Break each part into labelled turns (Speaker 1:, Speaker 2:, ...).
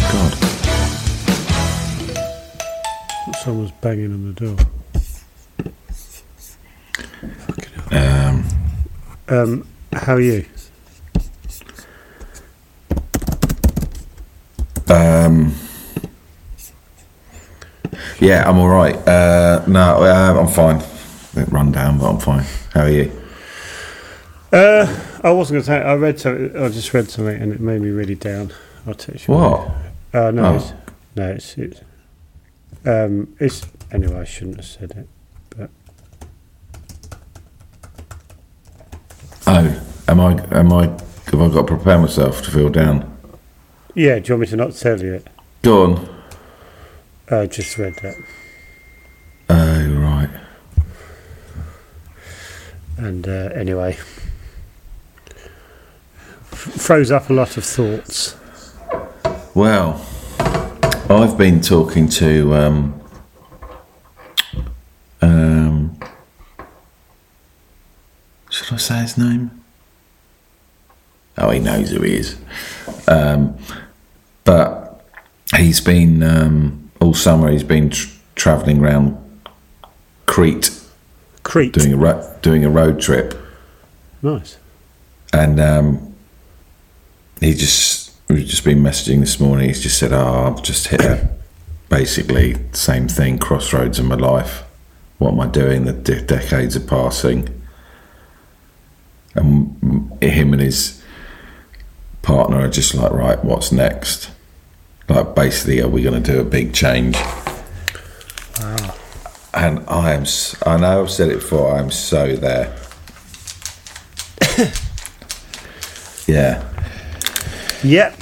Speaker 1: God. Someone's banging on the door.
Speaker 2: Um,
Speaker 1: Um, how are you?
Speaker 2: um, yeah, I'm all right. Uh, no, um, I'm fine. A bit run down, but I'm fine. How are you?
Speaker 1: Uh, I wasn't going to say. I read something. I just read something, and it made me really down. I'll text you.
Speaker 2: What?
Speaker 1: Uh, no,
Speaker 2: Oh.
Speaker 1: it's, no, it's it's. Um, it's anyway. I shouldn't have said it, but
Speaker 2: Oh, am I? Am I? Have I got to prepare myself to feel down?
Speaker 1: yeah. Do you want me to not tell you it?
Speaker 2: Go on.
Speaker 1: I just read that,
Speaker 2: Oh, right.
Speaker 1: and uh, anyway, f- froze up a lot of thoughts.
Speaker 2: Well, I've been talking to um, um, should I say his name? Oh, he knows who he is. Um, but he's been um, all summer. He's been tr- travelling around Crete,
Speaker 1: Crete,
Speaker 2: doing a ro- doing a road trip,
Speaker 1: nice.
Speaker 2: and um, he just we've just been messaging this morning. He's just said, "Oh, I've just hit a basically same thing, crossroads in my life. What am I doing? The de- decades are passing." And m- him and his partner are just like, "Right, what's next?" Like, basically, are we going to do a big change? And I am, s- I know I've said it before, I'm so there. Yeah.
Speaker 1: Yep.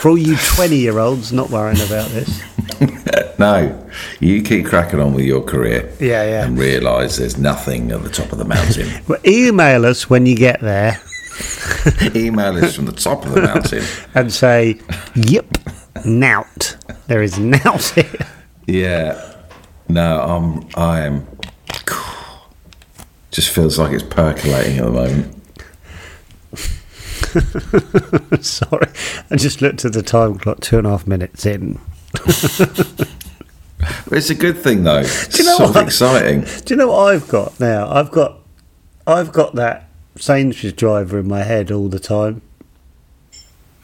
Speaker 1: For all you twenty-year-olds not worrying about this.
Speaker 2: No, you keep cracking on with your career.
Speaker 1: Yeah, yeah.
Speaker 2: And realise there's nothing at the top of the mountain.
Speaker 1: Well, email us when you get there
Speaker 2: Email us from the top of the mountain.
Speaker 1: and say, "Yep, nout. There is nout here."
Speaker 2: Yeah. No, I'm. I am. Just feels like it's percolating at the moment.
Speaker 1: Sorry, I just looked at the time clock. Two and a half minutes in.
Speaker 2: But it's a good thing though. It's
Speaker 1: you know
Speaker 2: sort
Speaker 1: what?
Speaker 2: of exciting.
Speaker 1: Do you know what I've got now? I've got, I've got that Sainsbury's driver in my head all the time.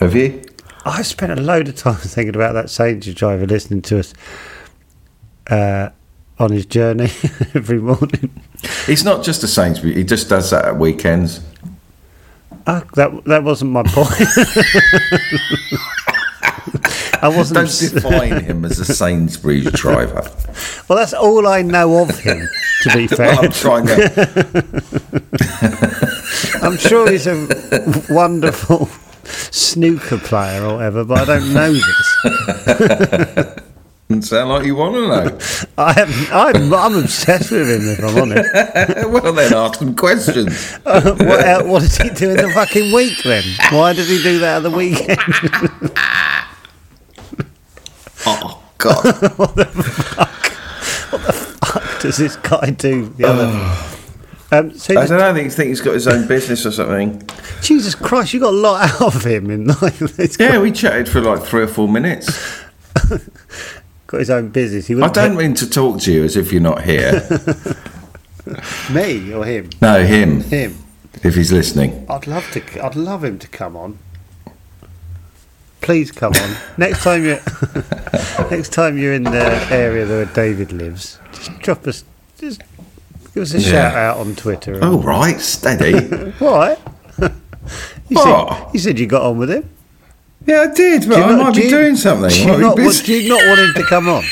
Speaker 2: Have you?
Speaker 1: I spent a load of time thinking about that Sainsbury's driver listening to us uh, on his journey every morning.
Speaker 2: He's not just a Sainsbury. He just does that at weekends.
Speaker 1: Ah, that that wasn't my point. I wasn't.
Speaker 2: Don't define him as a Sainsbury's driver.
Speaker 1: Well, that's all I know of him. To be fair,
Speaker 2: I'm trying to.
Speaker 1: I'm sure he's a wonderful snooker player or whatever, but I don't know this.
Speaker 2: Doesn't sound like you want to know.
Speaker 1: I am, I'm, I'm obsessed with him, if I'm honest.
Speaker 2: well, then ask some questions.
Speaker 1: what, el- what did he do in the fucking week then? Why did he do that at the weekend?
Speaker 2: Oh God!
Speaker 1: Does this guy do the other? Um, so
Speaker 2: I
Speaker 1: just-
Speaker 2: don't know. I think, think he's got his own business or something.
Speaker 1: Jesus Christ, you got a lot out of him, and like, he's
Speaker 2: Yeah, we chatted for like three or four minutes.
Speaker 1: got his own business. He
Speaker 2: I
Speaker 1: wouldn't
Speaker 2: don't mean to talk to you as if you're not here.
Speaker 1: me or him.
Speaker 2: No, him.
Speaker 1: Him.
Speaker 2: if he's listening.
Speaker 1: I'd love to. I'd love him to come on. Please come on next time you. next time you're in the area where David lives, just drop us. Just give us a
Speaker 2: Yeah. Oh.
Speaker 1: shout out on Twitter.
Speaker 2: All right, steady.
Speaker 1: What? you,
Speaker 2: What?
Speaker 1: Said, you said you got on with him.
Speaker 2: yeah, I did, but
Speaker 1: Do you
Speaker 2: Oh. I
Speaker 1: not-
Speaker 2: might
Speaker 1: do
Speaker 2: be
Speaker 1: you-
Speaker 2: doing something.
Speaker 1: Do
Speaker 2: Might
Speaker 1: you,
Speaker 2: be
Speaker 1: not, want,
Speaker 2: busy.
Speaker 1: do you not want him to come on?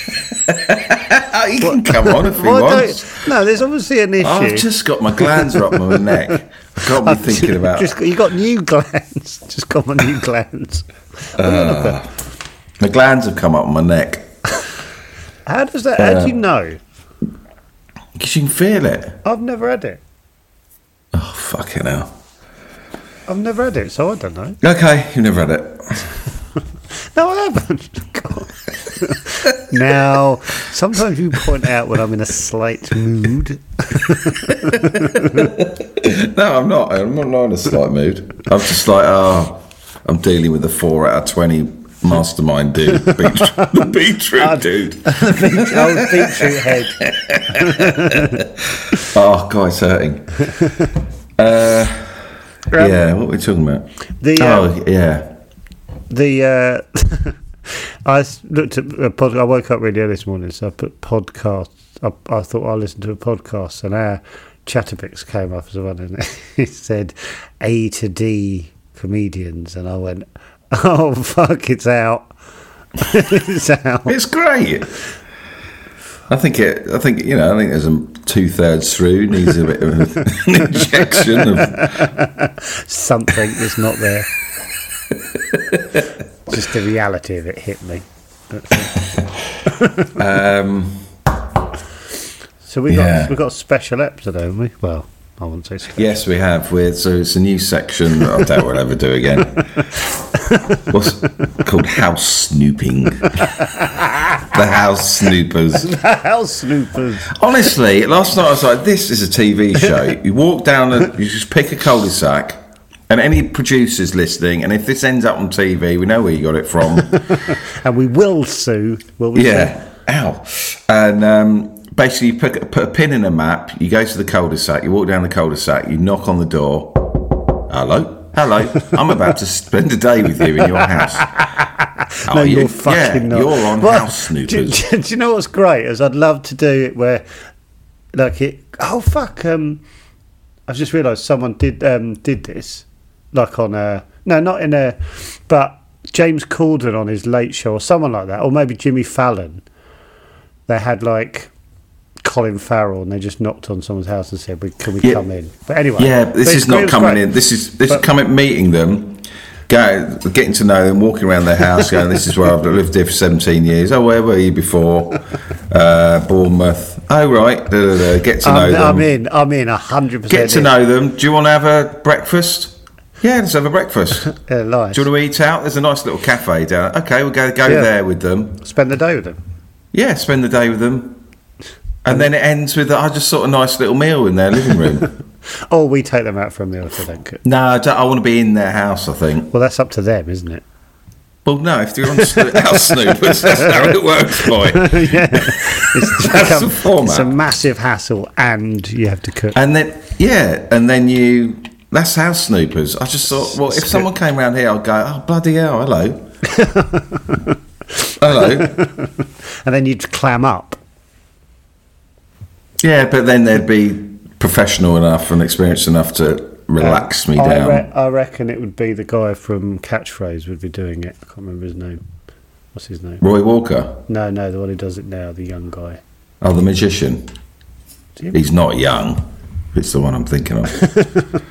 Speaker 2: Oh, he can come on if he
Speaker 1: Why don't-
Speaker 2: wants.
Speaker 1: no, there's obviously an issue.
Speaker 2: I've just got my glands up my neck. I can't be
Speaker 1: I've
Speaker 2: thinking about.
Speaker 1: Just, got- you got new glands. Just got my new glands.
Speaker 2: my glands have come up my neck
Speaker 1: How does that? How do you know?
Speaker 2: because you can feel it.
Speaker 1: I've never had it.
Speaker 2: Oh fucking hell!
Speaker 1: I've never had it, so I don't know.
Speaker 2: Okay, you've never had it.
Speaker 1: No, I haven't. God. now, sometimes you point out when I'm in a slight mood.
Speaker 2: No, I'm not. I'm not not in a slight mood. I'm just like, oh, I'm dealing with a four out of twenty mastermind dude, beat, the beetroot dude.
Speaker 1: Oh, beetroot head.
Speaker 2: Oh, guy's hurting. Uh, yeah, what were we talking about?
Speaker 1: The, uh,
Speaker 2: oh, yeah.
Speaker 1: The uh, I s- looked at a pod. I woke up really early this morning, so I put podcasts. I, I thought I'll listen to a podcast, and our chatterpix came up as one, and it said A to D comedians, and I went, "Oh fuck, it's out." it's out.
Speaker 2: It's great. I think it. I think you know. I think there's a two thirds through needs a bit of an injection of
Speaker 1: something that's not there. Just the reality of it hit me. so we
Speaker 2: Um, yeah.
Speaker 1: got we got a special ep today, haven't we? Well, I wouldn't say special.
Speaker 2: Yes, we have. We're, so it's a new section that I doubt we'll ever do again. What's called house snooping? the house snoopers.
Speaker 1: House snoopers.
Speaker 2: Honestly, last night I was like, "This is a TV show." You walk down, a, you just pick a cul-de-sac, and any producers listening, and if this ends up on TV, we know where you got it from.
Speaker 1: And we will sue, will we?
Speaker 2: Yeah. Ow. And um, basically, you put, put a pin in a map, you go to the cul de sac, you walk down the cul de sac, you knock on the door. Hello. Hello. I'm about to spend a day with you in your house. How
Speaker 1: No,
Speaker 2: are
Speaker 1: you're
Speaker 2: Oh, you?
Speaker 1: fucking
Speaker 2: yeah,
Speaker 1: not.
Speaker 2: You're on
Speaker 1: Well,
Speaker 2: house
Speaker 1: Do,
Speaker 2: snoopers.
Speaker 1: do- do you know what's great? Is I'd love to do it where, like it. Oh fuck! Um, I just realised someone did um did this, like on a no, not in a, but James Corden on his Late Show or someone like that, or maybe Jimmy Fallon. They had like. Colin Farrell, and they just knocked on someone's house and said, "We- "Can we
Speaker 2: Yeah.
Speaker 1: come in?" But anyway,
Speaker 2: Yeah, but this
Speaker 1: but
Speaker 2: is
Speaker 1: it
Speaker 2: not
Speaker 1: was
Speaker 2: coming
Speaker 1: great.
Speaker 2: in. This is this
Speaker 1: But-
Speaker 2: is coming meeting them, go getting to know them, walking around their house, going, "This is where I've lived here for seventeen years. Oh, where were you before? Uh, Bournemouth. Oh, right. Da, da, da. Get to know
Speaker 1: I'm,
Speaker 2: them.
Speaker 1: I'm in. I'm in. hundred percent.
Speaker 2: Get to know them. Do you want to have a breakfast? Yeah, let's have a breakfast. Do
Speaker 1: their lives.
Speaker 2: you want to eat out? There's a nice little cafe down. Okay, we'll go go
Speaker 1: Yeah.
Speaker 2: there with them.
Speaker 1: Spend the day with them.
Speaker 2: Yeah, spend the day with them, and then it ends with I just sort of nice little meal in their living room.
Speaker 1: Or Oh, we take them out for a meal if they don't cook.
Speaker 2: no, I, don't, I want to be in their house. I think.
Speaker 1: Well, that's up to them, isn't it?
Speaker 2: Well, no, if you're on Sno- house snoopers, that's how it works, boy.
Speaker 1: It's,
Speaker 2: That's the format.
Speaker 1: it's a massive hassle, and you have to cook.
Speaker 2: And then yeah, and then you. That's house snoopers. I just thought, well, if someone came round here, I'd go, oh bloody hell, hello, hello.
Speaker 1: And then you'd clam up.
Speaker 2: Yeah, but then they'd be professional enough and experienced enough to relax me
Speaker 1: Uh, I,
Speaker 2: down.
Speaker 1: re- I reckon it would be the guy from Catchphrase would be doing it. I can't remember his name. What's his name?
Speaker 2: Roy Walker,
Speaker 1: No, no, the one who does it now, the young guy.
Speaker 2: oh, the magician.
Speaker 1: Do you-
Speaker 2: He's not young. It's the one I'm thinking of.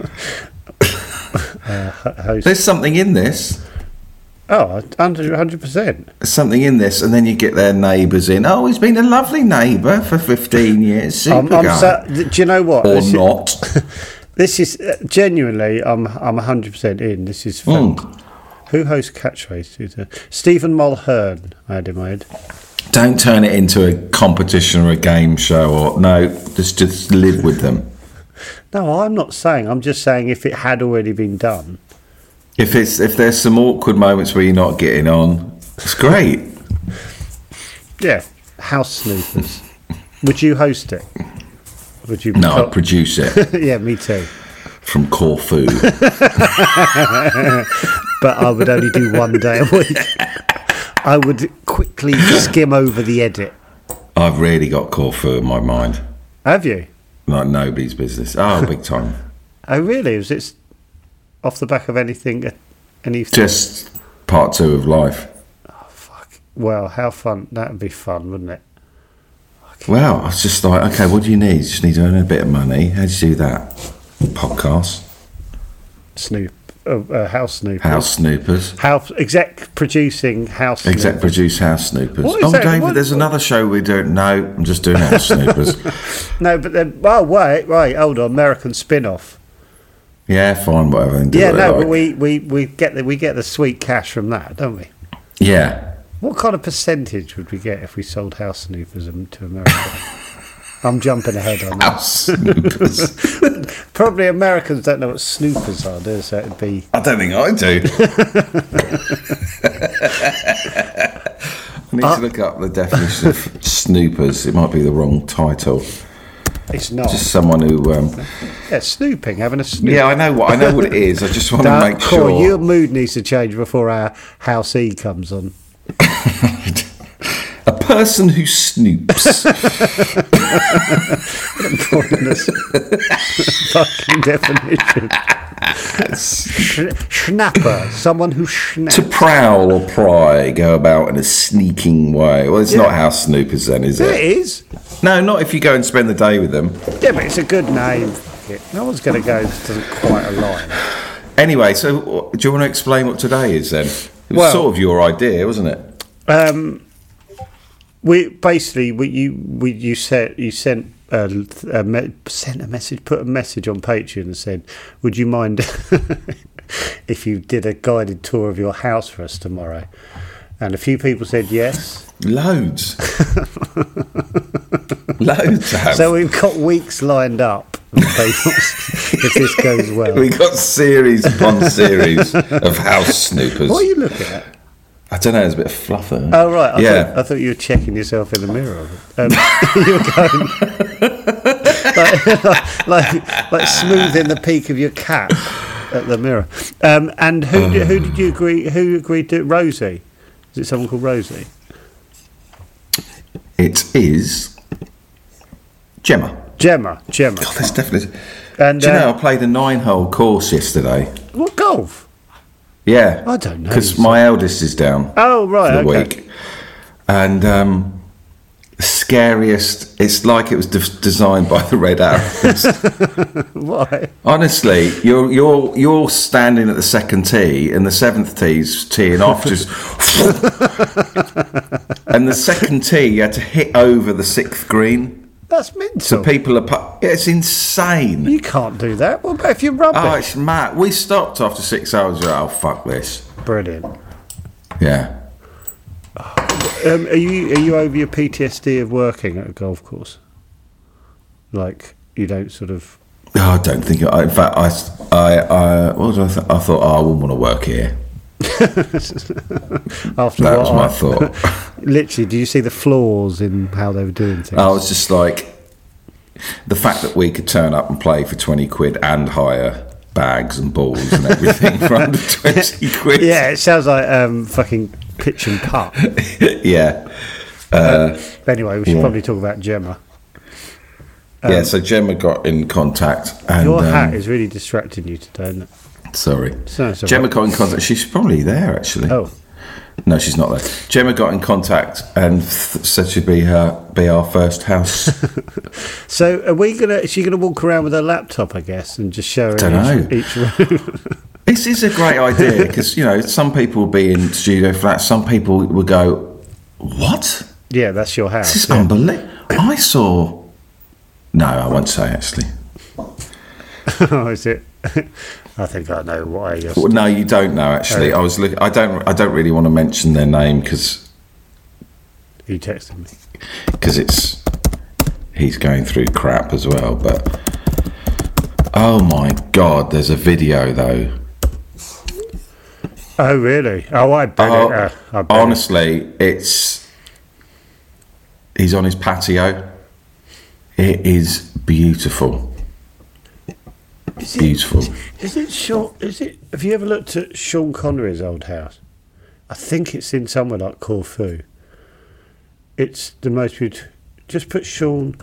Speaker 1: Uh, Ho- host.
Speaker 2: There's something in this.
Speaker 1: Oh, 100 percent.
Speaker 2: There's something in this, and then you get their neighbours in. Oh, he's been a lovely neighbour for 15 years. Super
Speaker 1: I'm, I'm
Speaker 2: guy.
Speaker 1: so, th- do you know what?
Speaker 2: or
Speaker 1: This is-
Speaker 2: not.
Speaker 1: This is uh, genuinely. I'm I'm 100 percent in. This is fun.
Speaker 2: Mm.
Speaker 1: Who hosts Catchphrase? Is it- Stephen Mulhern. I had in my head.
Speaker 2: Don't turn it into a competition or a game show. Or no, just just live with them.
Speaker 1: No, I'm not saying. I'm just saying if it had already been done.
Speaker 2: If it's if there's some awkward moments where you're not getting on, it's great.
Speaker 1: Yeah. House snoopers. Would you host it? Would you? Oh.
Speaker 2: No, I'd produce it.
Speaker 1: yeah, me too.
Speaker 2: from Corfu.
Speaker 1: but I would only do one day a week. I would quickly skim over the edit.
Speaker 2: I've really got Corfu in my mind,
Speaker 1: Have you?
Speaker 2: like nobody's business. Oh, big time.
Speaker 1: Oh, really? Was it off the back of anything? uh, Anything?
Speaker 2: Just part two of life.
Speaker 1: Fuck. Well, how fun. That would be fun, wouldn't it?
Speaker 2: Well, I was just like, okay, what do you need? You just need to earn a bit of money. How do you do that? Podcast,
Speaker 1: Snoop. Uh, uh, house Snoop.
Speaker 2: house snoopers,
Speaker 1: House. Exec producing House Snoop.
Speaker 2: exec produce house snoopers.
Speaker 1: What is
Speaker 2: Oh,
Speaker 1: that?
Speaker 2: David,
Speaker 1: What-
Speaker 2: there's another show we don't know. I'm just doing house snoopers.
Speaker 1: No, but then. Oh, wait, right. Hold on. American spin off.
Speaker 2: Yeah, fine, whatever. and do
Speaker 1: Yeah,
Speaker 2: what they
Speaker 1: no, but
Speaker 2: like.
Speaker 1: we, we, we, get the, we get the sweet cash from that, don't we?
Speaker 2: Yeah,
Speaker 1: What kind of percentage would we get if we sold House Snoopers um, to America? I'm jumping ahead on that.
Speaker 2: house snoopers.
Speaker 1: Probably Americans don't know what snoopers are, do they? So it'd be
Speaker 2: I don't think I do. I need to look up the definition of snoopers. It might be the wrong title.
Speaker 1: it's not.
Speaker 2: Just someone who. Um,
Speaker 1: yeah, snooping, having a snoop.
Speaker 2: yeah, I know what I know what it is. I just want to
Speaker 1: Dark
Speaker 2: make
Speaker 1: core,
Speaker 2: sure.
Speaker 1: your mood needs to change before our House E comes on.
Speaker 2: A person who snoops.
Speaker 1: Pointless fucking definition. Sh- schnapper, someone who snaps.
Speaker 2: to prowl or pry, go about in a sneaking way. Well, it's not how Snoop is then, is
Speaker 1: There
Speaker 2: it?
Speaker 1: it is.
Speaker 2: No, not if you go and spend the day with them.
Speaker 1: Yeah, but it's a good name. Fuck it. No one's going to go. This doesn't quite align.
Speaker 2: Anyway, so w- do you want to explain what today is then? It was
Speaker 1: Well-
Speaker 2: sort of your idea, wasn't it?
Speaker 1: Um, we basically we you we you said you sent a, a me- sent a message, put a message on Patreon and said, "Would you mind if you did a guided tour of your house for us tomorrow?" And a few people said yes.
Speaker 2: Loads. Loads. Have.
Speaker 1: So we've got weeks lined up. of people, if this goes well,
Speaker 2: we got series upon series of house snoopers.
Speaker 1: what are you looking at?
Speaker 2: I don't know, it's a bit of fluffer.
Speaker 1: Oh right, I,
Speaker 2: yeah.
Speaker 1: thought, I thought you were checking yourself in the mirror. Um, you were going like, like, like smoothing the peak of your cap at the mirror. Um, and who did, who did you agree? Who agreed to Rosie? Is it someone called Rosie?
Speaker 2: It is Gemma.
Speaker 1: Gemma, Gemma,
Speaker 2: God, that's definitely.
Speaker 1: and
Speaker 2: Do you know,
Speaker 1: uh,
Speaker 2: I played a nine hole course yesterday.
Speaker 1: what golf?
Speaker 2: Yeah.
Speaker 1: I don't know.
Speaker 2: Because my eldest is down
Speaker 1: Oh
Speaker 2: for
Speaker 1: right,
Speaker 2: the
Speaker 1: okay.
Speaker 2: week. And um, scariest, it's like it was de- designed by the Red Arrows.
Speaker 1: Why?
Speaker 2: Honestly, you're, you're, you're standing at the second tee and the seventh tee's teeing off just. and the second tee, you had to hit over the sixth green.
Speaker 1: That's
Speaker 2: So
Speaker 1: mental.
Speaker 2: people are. Pu- it's insane.
Speaker 1: you can't do that. What about if you rub
Speaker 2: Oh,
Speaker 1: it?
Speaker 2: it's mad. We stopped after six hours. We're like, oh, fuck this.
Speaker 1: Brilliant.
Speaker 2: Yeah.
Speaker 1: Um, are you are you over your PTSD of working at a golf course? Like you don't sort of
Speaker 2: Oh, I don't think. I, in fact, I, I, I, what did I, th- I thought, oh, I wouldn't want to work here.
Speaker 1: after
Speaker 2: That
Speaker 1: what
Speaker 2: was my
Speaker 1: I-
Speaker 2: thought.
Speaker 1: Literally, do you see the flaws in how they were doing things?
Speaker 2: I was just like, the fact that we could turn up and play for 20 quid and hire bags and balls and everything for under 20 quid.
Speaker 1: yeah, it sounds like um, fucking pitch and putt.
Speaker 2: yeah.
Speaker 1: But anyway, we should
Speaker 2: Yeah.
Speaker 1: probably talk about Gemma.
Speaker 2: yeah. So Gemma got in contact. And,
Speaker 1: Um, Your
Speaker 2: um,
Speaker 1: hat is really distracting you today, isn't it?
Speaker 2: Sorry.
Speaker 1: So- so-
Speaker 2: Gemma got in contact. She's probably there, actually.
Speaker 1: Oh,
Speaker 2: No, she's not there. Gemma got in contact and th- said she'd be her, be our first house.
Speaker 1: so are we gonna? Is she gonna walk around with her laptop? I guess and just show her
Speaker 2: Dunno.
Speaker 1: each, each room.
Speaker 2: this is a great idea because you know some people will be in studio flats. Some people will go, "What?
Speaker 1: yeah, that's your
Speaker 2: This
Speaker 1: house.
Speaker 2: is unbelievable." I saw. No, I won't say actually.
Speaker 1: oh, is it? I think I know why. You're...
Speaker 2: Well, no, you don't know actually. I was look. I don't. I don't really want to mention their name because
Speaker 1: You texted me.
Speaker 2: because it's he's going through crap as well. But oh my god, there's a video though.
Speaker 1: Oh, really? Oh, I bet
Speaker 2: Oh,
Speaker 1: it. Uh, I bet it.
Speaker 2: honestly, it's he's on his patio. It is beautiful.
Speaker 1: Is it-
Speaker 2: Beautiful.
Speaker 1: Is it Sean? Is it? Have you ever looked at Sean Connery's old house? I think it's in somewhere like Corfu. It's the most beautiful. Just put Sean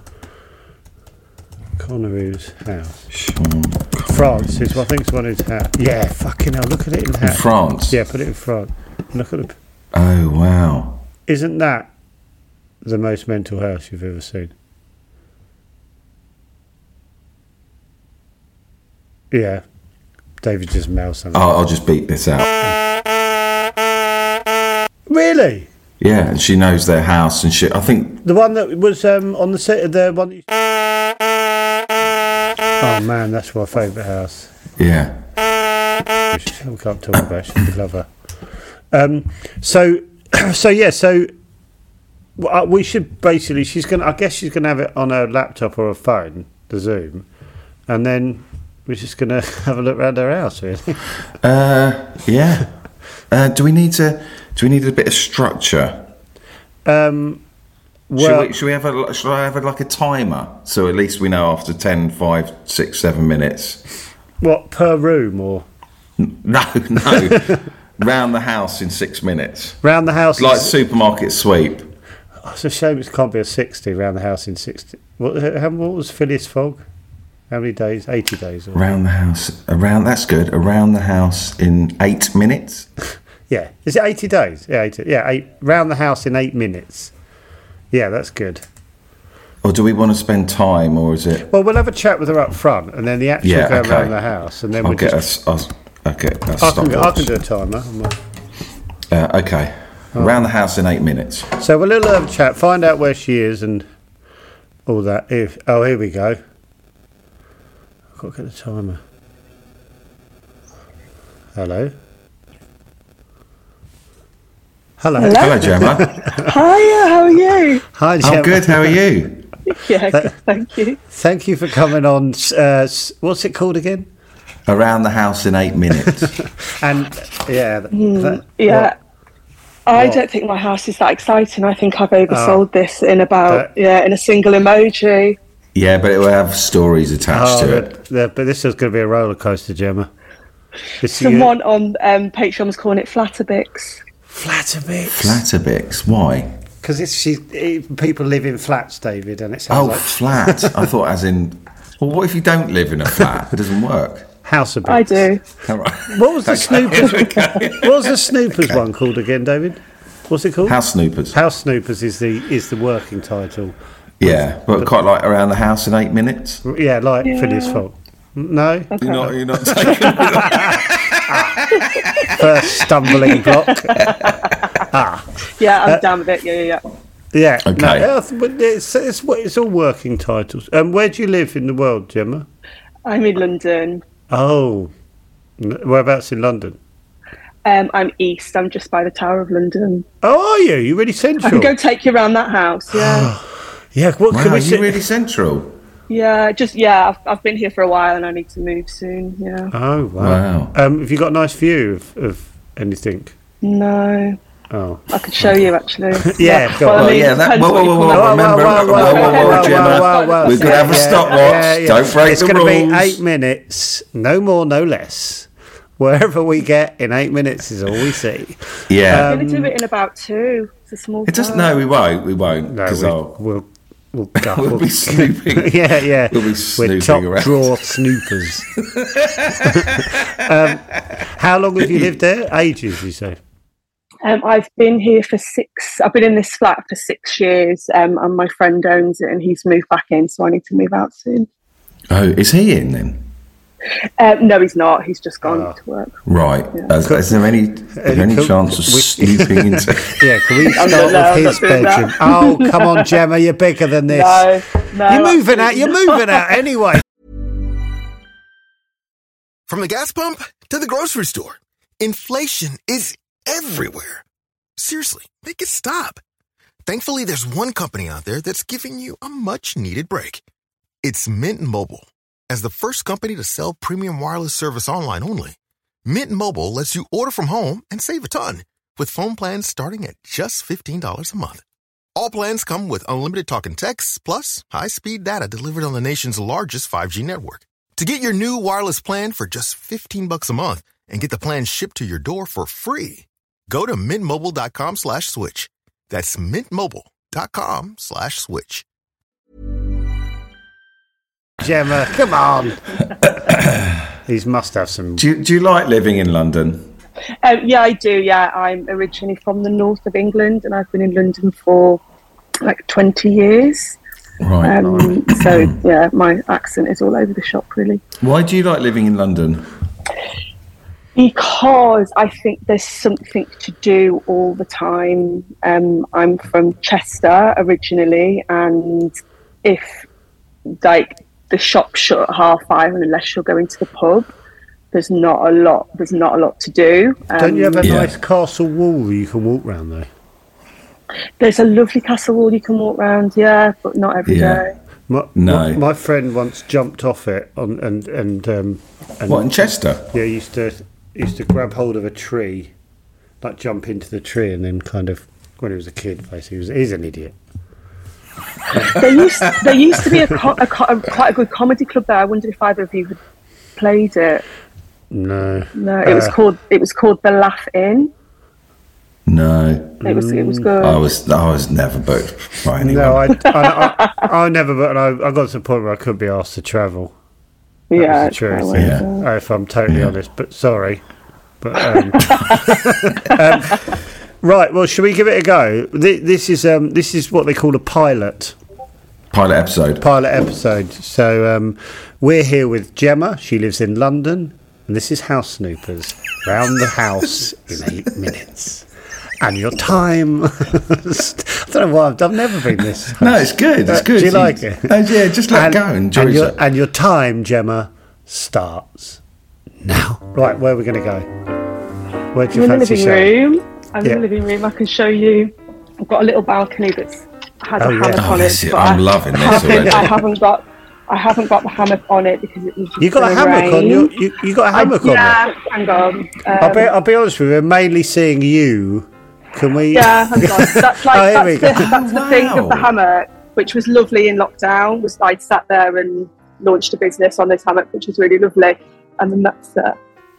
Speaker 1: Connery's house.
Speaker 2: Sean
Speaker 1: France
Speaker 2: Connery.
Speaker 1: is, I think, it's one of his house. Yeah, fucking hell! Look at it in,
Speaker 2: In
Speaker 1: house.
Speaker 2: France.
Speaker 1: Yeah, put it in France. Look at the.
Speaker 2: Oh wow.
Speaker 1: Isn't that the most mental house you've ever seen? Yeah. David just mouthed something.
Speaker 2: I'll, I'll just beat this out.
Speaker 1: Really?
Speaker 2: Yeah, and she knows their house and shit. I think
Speaker 1: The one that was um, on the set, the one. That you- oh man, that's my favourite house.
Speaker 2: yeah.
Speaker 1: We can't talk about. She's a lover. Um, so, so yeah, so w- uh, we should basically. She's gonna. I guess she's gonna have it on her laptop or her phone, the Zoom, and then we're just gonna have a look around her house. Really,
Speaker 2: Uh, yeah. Uh, do we need to? Do we need a bit of structure?
Speaker 1: well,
Speaker 2: Um, should, we, should we have a? Should I have a, like a timer? So at least we know after 10, 5, 6, 7 minutes.
Speaker 1: what per room or
Speaker 2: No, no. Round the house in six minutes,
Speaker 1: round the house?
Speaker 2: like supermarket sweep.
Speaker 1: Oh, it's a shame it can't be a 60 round the house in 60. What, how, what was Phileas Fogg? How many days? 80 days. Or,
Speaker 2: Round the house. Around. That's good. Around the house in eight minutes.
Speaker 1: yeah. Is it 80 days? Yeah, 80, yeah eight, round the house in eight minutes. Yeah, that's good.
Speaker 2: Or do we want to spend time, or is it?
Speaker 1: Well, we'll have a chat with her up front and then the actual
Speaker 2: Yeah,
Speaker 1: go
Speaker 2: okay.
Speaker 1: around the house. And then
Speaker 2: I'll
Speaker 1: we'll
Speaker 2: get
Speaker 1: just.
Speaker 2: us. I'll, okay. I'll
Speaker 1: I
Speaker 2: stop
Speaker 1: can, I can
Speaker 2: watch.
Speaker 1: do a timer. I'm not-
Speaker 2: Uh, okay.
Speaker 1: Oh.
Speaker 2: Around the house in eight minutes.
Speaker 1: So we'll little have a chat, find out where she is and all that. If Oh, here we go. I've got to get the timer. Hello? Hello.
Speaker 2: Hello, Gemma.
Speaker 3: Hiya, how are you?
Speaker 1: Hi, Gemma.
Speaker 2: I'm good. How are you?
Speaker 3: Yeah, good, thank you.
Speaker 1: Thank you for coming on. s- Uh, s- what's it called again?
Speaker 2: Around the house in eight minutes.
Speaker 1: And yeah, th- that-
Speaker 3: Yeah.
Speaker 1: what-
Speaker 3: I
Speaker 1: What?
Speaker 3: don't think my house is that exciting. I think I've oversold this in
Speaker 1: that-
Speaker 3: about yeah, in a single emoji.
Speaker 2: yeah, but it will have stories attached
Speaker 1: oh,
Speaker 2: to it.
Speaker 1: but, the- but this is going to be a roller coaster, Gemma. uh, This is-
Speaker 3: Someone on um, Patreon was calling it Flatterbix.
Speaker 1: Flatterbix.
Speaker 2: Flatterbix. Why?
Speaker 1: Because it's she. It, people live in flats, David, and it sounds
Speaker 2: Oh,
Speaker 1: like
Speaker 2: flat. I thought as in. Well, what if you don't live in a flat? It doesn't work.
Speaker 1: house of
Speaker 3: I
Speaker 1: bits.
Speaker 3: do.
Speaker 2: All right.
Speaker 1: What was the Snoopers? what was the Snoopers one called again, David? What's it called?
Speaker 2: House snoopers.
Speaker 1: House Snoopers is the is the working title.
Speaker 2: yeah, but quite like around the house in eight minutes.
Speaker 1: Yeah, like Phileas
Speaker 3: Yeah.
Speaker 1: Fogg. No,
Speaker 2: You're not. You're not taking.
Speaker 1: first stumbling block.
Speaker 3: Yeah, I'm down with it. Yeah, yeah, yeah.
Speaker 1: Yeah. No,
Speaker 2: Okay.
Speaker 1: yeah, th- but it's, it's, what- it's all working titles. Um, where do you live in the world, Gemma?
Speaker 3: I'm in London.
Speaker 1: Oh, n- whereabouts in London?
Speaker 3: Um, I'm east. I'm just by the Tower of London.
Speaker 1: Oh, are you? You're really
Speaker 3: I
Speaker 1: central.
Speaker 3: can go take you around that house. Yeah,
Speaker 1: yeah. What
Speaker 2: Wow,
Speaker 1: can we
Speaker 2: you're
Speaker 1: sit?
Speaker 2: really central.
Speaker 3: yeah. Just yeah. I've, I've been here for a while, and I need to move soon. Yeah.
Speaker 1: Oh, wow.
Speaker 2: Wow.
Speaker 1: Um, have you got a nice view of, of anything?
Speaker 3: No,
Speaker 1: Oh,
Speaker 3: I could show you actually.
Speaker 1: Yeah, go on.
Speaker 3: Well, I
Speaker 2: Well,
Speaker 3: mean,
Speaker 2: yeah.
Speaker 3: it
Speaker 2: That,
Speaker 3: depends
Speaker 2: whoa,
Speaker 3: what
Speaker 2: whoa,
Speaker 3: you
Speaker 2: whoa,
Speaker 3: call it.
Speaker 1: Oh,
Speaker 2: whoa, remember, whoa, whoa, whoa,
Speaker 1: whoa,
Speaker 2: Gemma.
Speaker 1: whoa, whoa.
Speaker 2: We've got to have a
Speaker 1: Yeah,
Speaker 2: stopwatch.
Speaker 1: yeah, yeah.
Speaker 2: Don't break
Speaker 1: It's
Speaker 2: the
Speaker 1: gonna
Speaker 2: rules.
Speaker 1: be eight minutes, no more, no less. Wherever we get in eight minutes is all we see. Uh,
Speaker 2: Yeah.
Speaker 3: I'm gonna
Speaker 1: Um,
Speaker 3: do it in about two. It's a small.
Speaker 2: it doesn't.
Speaker 3: town.
Speaker 2: No, we won't. We won't.
Speaker 1: No,
Speaker 2: Because
Speaker 1: we,
Speaker 2: I'll.
Speaker 1: we'll we'll,
Speaker 2: We'll be snooping.
Speaker 1: yeah, yeah.
Speaker 2: We'll be
Speaker 1: We're
Speaker 2: snooping
Speaker 1: top
Speaker 2: around.
Speaker 1: drawer snoopers. um, how long have you lived there? Ages, you say.
Speaker 3: Um, I've been here for six. I've been in this flat for six years, um, and my friend owns it, and he's moved back in, so I need to move out soon.
Speaker 2: Oh, is he in then?
Speaker 3: Um, no, he's not. He's just gone
Speaker 1: Oh.
Speaker 3: to work.
Speaker 2: Right. Is, is there any is there any
Speaker 1: cook-
Speaker 2: chance of
Speaker 1: we-
Speaker 2: snooping into?
Speaker 1: Yeah, can we start
Speaker 3: not-
Speaker 1: with
Speaker 3: Oh, no, I'm not
Speaker 1: his
Speaker 3: doing that.
Speaker 1: bedroom? Oh, come on, Gemma, you're bigger than this.
Speaker 3: No, no.
Speaker 1: you're moving out.
Speaker 3: absolutely
Speaker 1: You're
Speaker 3: not.
Speaker 1: moving out anyway.
Speaker 4: From the gas pump to the grocery store, inflation is everywhere. Seriously, make it stop. Thankfully, there's one company out there that's giving you a much needed break. It's Mint Mobile. As the first company to sell premium wireless service online only, Mint Mobile lets you order from home and save a ton with phone plans starting at just $15 a month. All plans come with unlimited talk and text, plus high speed data delivered on the nation's largest 5G network. To get your new wireless plan for just 15 bucks a month and get the plan shipped to your door for free, go to mintmobile.com slash switch. That's mintmobile.com slash switch.
Speaker 1: Gemma, come on. These must have some.
Speaker 2: Do you, do you like living in London?
Speaker 3: Um, yeah, I do. Yeah, I'm originally from the north of England, and I've been in London for like 20 years.
Speaker 2: Right.
Speaker 3: Um, so yeah, my accent is all over the shop, really.
Speaker 2: Why do you like living in London?
Speaker 3: Because I think there's something to do all the time. Um, I'm from Chester originally, and if like the shop shut at half five, and unless you're going to the pub, there's not a lot. There's not a lot to do. Um,
Speaker 1: Don't you have a
Speaker 2: Yeah.
Speaker 1: nice castle wall you can walk round though?
Speaker 3: There's a lovely castle wall you can walk round, yeah, but not every day.
Speaker 2: Yeah.
Speaker 1: My,
Speaker 2: No.
Speaker 1: my, my friend once jumped off it on and and um, and
Speaker 2: What in Chester?
Speaker 1: yeah used to used to grab hold of a tree, like jump into the tree and then kind of when he was a kid, basically he was he's an idiot.
Speaker 3: There used there used to be a, co- a, co- a quite a good comedy club there. I wondered if either of you had played it.
Speaker 1: No,
Speaker 3: No, it was
Speaker 1: Uh,
Speaker 3: called it was called the Laugh Inn.
Speaker 2: No,
Speaker 3: It was it was good.
Speaker 2: I was I was never booked by anyone.
Speaker 1: no, I I, I, I never but I, I got to the point where I couldn't be asked to travel.
Speaker 3: yeah,
Speaker 1: That's the
Speaker 3: I
Speaker 1: truth.
Speaker 3: went
Speaker 2: Yeah.
Speaker 3: there.
Speaker 1: Oh, if I'm totally
Speaker 2: Yeah.
Speaker 1: honest, but sorry. But um, um, right, well, should we give it a go? Th- This is um, this is what they call a pilot
Speaker 2: Pilot episode.
Speaker 1: pilot episode. So um, we're here with Gemma. She lives in London, and this is House Snoopers round the house in eight minutes. And your time. I don't know why I've, I've never been this.
Speaker 2: no, it's good. It's
Speaker 1: Uh,
Speaker 2: good.
Speaker 1: do you like it?
Speaker 2: Oh, yeah, just let go. Enjoy
Speaker 1: and your,
Speaker 2: yourself.
Speaker 1: and your time, Gemma, starts now. Right, where are we going to go? Where do
Speaker 3: I'm
Speaker 1: you
Speaker 3: in the
Speaker 1: fancy
Speaker 3: living
Speaker 1: showing?
Speaker 3: room. I'm
Speaker 1: Yeah.
Speaker 3: in the living room. I can show you. I've got a little balcony that's has
Speaker 1: Oh,
Speaker 3: a
Speaker 1: yeah.
Speaker 3: hammock
Speaker 2: Oh,
Speaker 3: on
Speaker 2: that's
Speaker 3: it.
Speaker 2: it.
Speaker 3: but
Speaker 2: I'm
Speaker 3: I
Speaker 2: loving this
Speaker 3: haven't,
Speaker 2: already.
Speaker 3: I haven't got I haven't got the hammock on it because it was.
Speaker 1: You got a
Speaker 3: gonna
Speaker 1: hammock on
Speaker 3: rain.
Speaker 1: you. You, you got a
Speaker 3: I-
Speaker 1: hammock on. there.
Speaker 3: yeah, hang on. Um,
Speaker 1: I'll be, I'll be honest with you. We're mainly seeing you. Can we?
Speaker 3: Yeah, hang on. That's like
Speaker 1: Oh, here we
Speaker 3: that's, the,
Speaker 1: go.
Speaker 3: that's the thing of the
Speaker 2: Wow.
Speaker 3: hammock, which was lovely in lockdown. Was I sat there and launched a business on this hammock, which was really lovely, and then that's uh,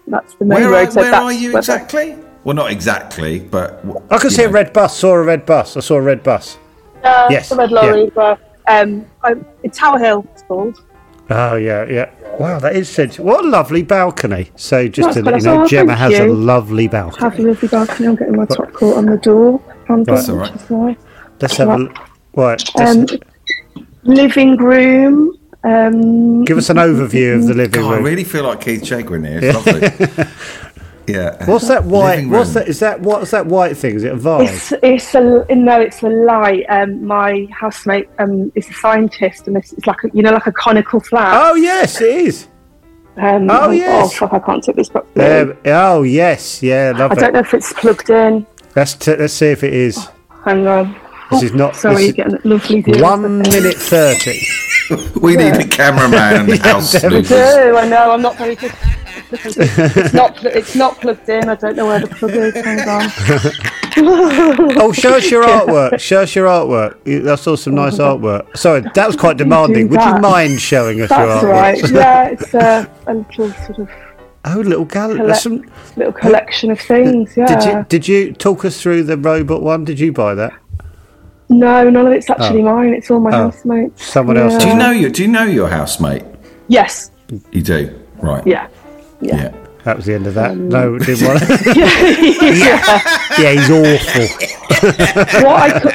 Speaker 3: that's the main
Speaker 2: where
Speaker 3: road.
Speaker 2: are,
Speaker 3: so
Speaker 2: where
Speaker 3: that's
Speaker 2: are you
Speaker 3: where-
Speaker 2: exactly? Well, not exactly, but
Speaker 1: I could
Speaker 2: you
Speaker 1: see a
Speaker 2: know.
Speaker 1: red bus. Saw a red bus. I saw a red bus.
Speaker 3: Uh,
Speaker 1: Yes,
Speaker 3: the red
Speaker 1: yeah.
Speaker 3: lorry. But, um, I, it's Tower Hill. It's called.
Speaker 1: Oh yeah, yeah. Wow, that is sensible. What a lovely balcony. So just
Speaker 3: That's
Speaker 1: to let you
Speaker 3: quite
Speaker 1: know,
Speaker 3: nice.
Speaker 1: Gemma
Speaker 3: Thank
Speaker 1: has a
Speaker 3: you.
Speaker 1: lovely balcony.
Speaker 3: Have a lovely balcony. I'm getting my top coat on the door. Handle,
Speaker 1: That's
Speaker 2: all
Speaker 3: which
Speaker 2: right.
Speaker 3: is nice.
Speaker 1: Let's have a l- right. let's-
Speaker 3: Um, living room. Um,
Speaker 1: give us an overview of the living
Speaker 2: God, I
Speaker 1: room.
Speaker 2: really feel like Keith Chegwin here. It's lovely. yeah.
Speaker 1: What's that white?
Speaker 2: Living
Speaker 1: What's
Speaker 2: room.
Speaker 1: that? Is that what's that white thing? Is it a vase?
Speaker 3: It's it's a no, it's a lie. Um, my housemate um is a scientist, and it's, it's like a, you know, like a conical flat.
Speaker 1: Oh yes, it is.
Speaker 3: um,
Speaker 1: oh,
Speaker 3: oh
Speaker 1: yes.
Speaker 3: fuck, I can't take this properly.
Speaker 1: Um, oh yes, yeah,
Speaker 3: I
Speaker 1: love
Speaker 3: don't
Speaker 1: it.
Speaker 3: know Oh, if it's plugged in.
Speaker 1: Let's t- let's see if it is.
Speaker 3: Hang on.
Speaker 1: This is not-
Speaker 3: Sorry,
Speaker 1: this
Speaker 3: you're
Speaker 1: is-
Speaker 3: getting a lovely deal.
Speaker 1: One minute thirty.
Speaker 2: We need a cameraman and the house
Speaker 1: definitely.
Speaker 3: I
Speaker 2: snoopers.
Speaker 3: do. I know. I'm not very good. it's not. pl- It's not plugged in. I don't know where the plug is. Hang on.
Speaker 1: Oh, show us your artwork. Show us your artwork. You- I saw some nice artwork. Sorry, that was quite demanding. Would you
Speaker 3: that.
Speaker 1: mind showing us
Speaker 3: That's
Speaker 1: your
Speaker 3: all right.
Speaker 1: artwork?
Speaker 3: Yeah, it's uh, a little sort of
Speaker 1: Oh, little gallery.
Speaker 3: Collect-
Speaker 1: some,
Speaker 3: little collection of things. Yeah.
Speaker 1: Did you did you talk us through the robot one? Did you buy that?
Speaker 3: No, none of it's actually mine. It's all my
Speaker 1: Oh.
Speaker 3: housemates.
Speaker 1: Someone else-
Speaker 3: Yeah.
Speaker 2: Do you know your Do you know your housemate?
Speaker 3: Yes.
Speaker 2: You do, right?
Speaker 3: Yeah.
Speaker 2: Yeah.
Speaker 1: That was the end of that.
Speaker 3: Um,
Speaker 1: no, didn't want. yeah, he's awful.
Speaker 3: What I could,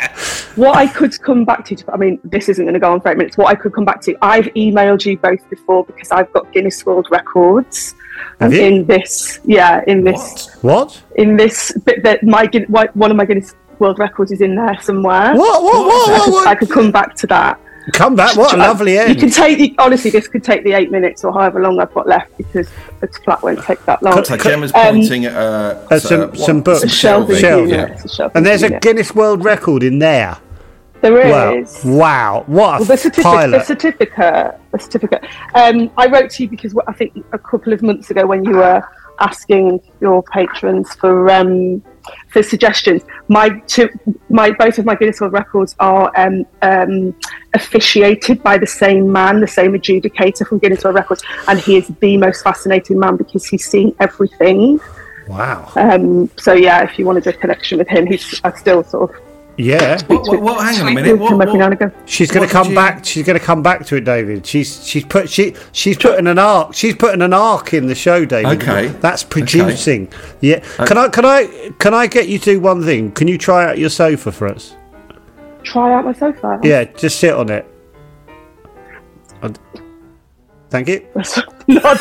Speaker 3: what I could come back to. I mean, this isn't going to go on for eight minutes. What I could come back to. I've emailed you both before because I've got Guinness World Records.
Speaker 1: Have you?
Speaker 3: In this, yeah, in this,
Speaker 2: What?
Speaker 1: What?
Speaker 3: in this, bit that my Guin- what- one of my Guinness World Records is in there somewhere.
Speaker 1: What? What? What?
Speaker 3: I
Speaker 1: What?
Speaker 3: could, I
Speaker 1: what?
Speaker 3: could come back to that.
Speaker 1: Come back! What a
Speaker 3: I-
Speaker 1: lovely
Speaker 3: You can
Speaker 1: end.
Speaker 3: take you, honestly. This could take the eight minutes or however long I've got left because the flat won't take that long.
Speaker 2: So Gemma's pointing at, uh,
Speaker 1: At some-
Speaker 2: what?
Speaker 1: some books.
Speaker 3: shelving
Speaker 1: Shelving.
Speaker 3: unit.
Speaker 2: Yeah.
Speaker 3: It's a shelving
Speaker 1: And there's a
Speaker 3: unit.
Speaker 1: Guinness World Record in there.
Speaker 3: There is.
Speaker 1: Wow! Wow! What a
Speaker 3: Well, the certificate, the
Speaker 1: pilot.
Speaker 3: certificate, the certificate. Um, I wrote to you because I think a couple of months ago when you were asking your patrons for um, for suggestions. My two, my both of my Guinness World Records are um, um, officiated by the same man, the same adjudicator from Guinness World Records, and he is the most fascinating man because he's seen everything.
Speaker 1: Wow.
Speaker 3: Um, so yeah, if you wanted a connection with him, he's I still sort of
Speaker 1: yeah.
Speaker 2: What, what, what- hang on a minute.
Speaker 3: with
Speaker 2: What,
Speaker 3: him every now and
Speaker 2: what,
Speaker 3: again.
Speaker 1: She's going
Speaker 2: What
Speaker 1: to
Speaker 2: did
Speaker 1: come
Speaker 2: you-
Speaker 1: back. She's going to come back to it, David. She's she's put she she's putting an arc. She's putting an arc in the show, David.
Speaker 2: Okay.
Speaker 1: That's
Speaker 2: Okay. Uh,
Speaker 1: producing. Yeah. Can I can I can I get you to do one thing? Can you try out your sofa for us?
Speaker 3: Try out my sofa.
Speaker 1: Yeah. Just sit on it. And- Thank you.
Speaker 3: No,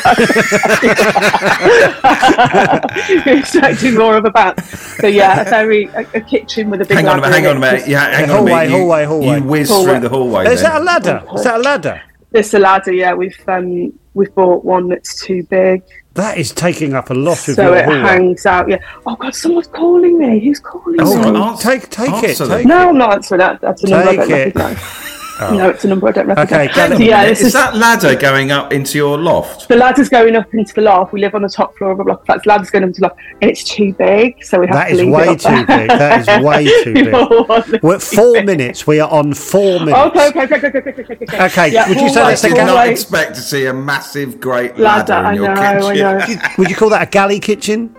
Speaker 3: that's- You're expecting more of a bat. So yeah, a very a, a kitchen with a big.
Speaker 2: hang on a minute.
Speaker 3: ladder
Speaker 2: Hang on a
Speaker 3: in it.
Speaker 2: minute. Yeah, hang on a
Speaker 1: hallway,
Speaker 2: minute. You-
Speaker 1: hallway, hallway.
Speaker 2: You whiz
Speaker 3: Hallway.
Speaker 2: through the hallway.
Speaker 1: Is that a
Speaker 2: then.
Speaker 1: ladder? Is that a ladder?
Speaker 3: There's a ladder. Yeah, we've um, we've bought one that's too big,
Speaker 1: That is taking up a lot of
Speaker 3: so
Speaker 1: your
Speaker 3: it
Speaker 1: hallway.
Speaker 3: hangs out. Yeah. Oh God, someone's calling me. Who's calling
Speaker 1: Oh,
Speaker 3: me?
Speaker 2: Answer-
Speaker 1: God. Take- take it,
Speaker 2: answer
Speaker 1: take
Speaker 2: them.
Speaker 3: No, I'm not answering that. That's a number I
Speaker 1: Take
Speaker 3: don't
Speaker 1: it.
Speaker 3: recognise. No, it's a number I don't recognise.
Speaker 1: Okay,
Speaker 2: Hang on a
Speaker 3: yeah,
Speaker 2: minute,
Speaker 3: this
Speaker 2: Oh. is,
Speaker 3: is
Speaker 2: that ladder going up into your loft?
Speaker 3: the ladder's going up into the loft. We live on the top floor of a block of flats. The ladder's going up into the loft, and it's too big, so we have
Speaker 1: That
Speaker 3: to
Speaker 1: is
Speaker 3: leave it
Speaker 1: way
Speaker 3: up there.
Speaker 1: too big. That is way too
Speaker 3: We
Speaker 1: big.
Speaker 3: don't want it
Speaker 1: We're at
Speaker 3: too
Speaker 1: four
Speaker 3: big.
Speaker 1: minutes. We are on four minutes.
Speaker 3: Okay, okay, okay, okay, okay, okay, okay, okay.
Speaker 1: Okay, would you say
Speaker 3: hallway,
Speaker 1: that's a
Speaker 2: Did
Speaker 1: Hallway.
Speaker 2: not
Speaker 3: hallway,
Speaker 2: expect to see a massive, great
Speaker 3: ladder?
Speaker 2: ladder,
Speaker 3: I
Speaker 2: in your
Speaker 3: know, I
Speaker 2: kitchen.
Speaker 3: know.
Speaker 1: Would you call that a galley kitchen?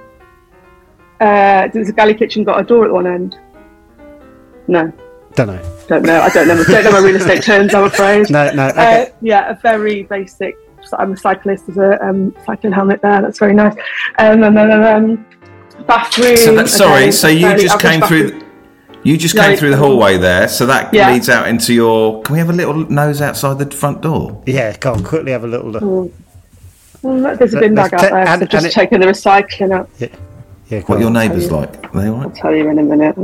Speaker 3: Uh, does the galley kitchen got a door at one end? No,
Speaker 1: Don't know.
Speaker 3: don't know. I don't know. Don't know my real estate terms. I'm afraid.
Speaker 1: No, no.
Speaker 3: Uh,
Speaker 1: Okay.
Speaker 3: yeah, a very basic. so I'm a cyclist. There's a um, cycling helmet there. That's very nice. Um, and then um, bathroom.
Speaker 2: So that, sorry,
Speaker 3: again,
Speaker 2: so you
Speaker 3: very
Speaker 2: just
Speaker 3: average
Speaker 2: came through.
Speaker 3: bathroom.
Speaker 2: You just
Speaker 3: No,
Speaker 2: came
Speaker 3: it-
Speaker 2: through the hallway there, so that
Speaker 3: Yeah.
Speaker 2: leads out into your. Can we have a little nose outside the front door?
Speaker 1: yeah, go on. Quickly have a little look.
Speaker 3: Well, there's a bin
Speaker 1: Let's
Speaker 3: bag out
Speaker 1: ta-
Speaker 3: there.
Speaker 1: and-
Speaker 3: so just
Speaker 1: and it-
Speaker 3: checking the recycling out.
Speaker 1: Yeah,
Speaker 2: What
Speaker 1: go
Speaker 2: are
Speaker 3: Oh,
Speaker 2: your
Speaker 1: on.
Speaker 2: neighbours like? Are they all right?
Speaker 3: Tell you in a minute.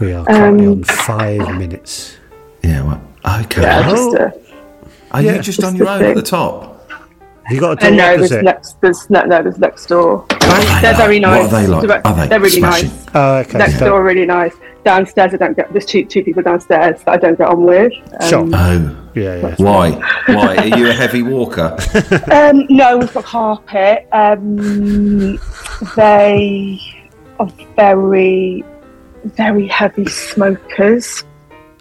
Speaker 1: We are
Speaker 3: Um,
Speaker 1: currently on five minutes.
Speaker 2: Yeah. Well, okay.
Speaker 3: Yeah, just
Speaker 1: Oh.
Speaker 3: uh, a,
Speaker 2: Are
Speaker 1: Yeah.
Speaker 2: you just on
Speaker 3: Just
Speaker 2: your
Speaker 3: the
Speaker 2: own
Speaker 3: thing.
Speaker 2: at the top?
Speaker 1: You got a
Speaker 3: and
Speaker 1: door
Speaker 3: uh, no, there's
Speaker 1: opposite.
Speaker 3: next. There's no, no, there's next door.
Speaker 2: Are
Speaker 3: They're
Speaker 2: they
Speaker 3: very
Speaker 2: like-
Speaker 3: nice.
Speaker 2: What are they like?
Speaker 3: Direct-
Speaker 2: are they
Speaker 3: they're really
Speaker 2: smashing?
Speaker 3: nice.
Speaker 1: Oh, okay.
Speaker 3: Next
Speaker 1: so-
Speaker 3: door, really nice. Downstairs, I don't get. There's two two people downstairs that I don't get on with. Um,
Speaker 1: Sure.
Speaker 2: Oh,
Speaker 1: Yeah, yeah.
Speaker 2: why? Why are you a heavy walker?
Speaker 3: Um, no, we've got carpet. Um, they are very, very heavy smokers,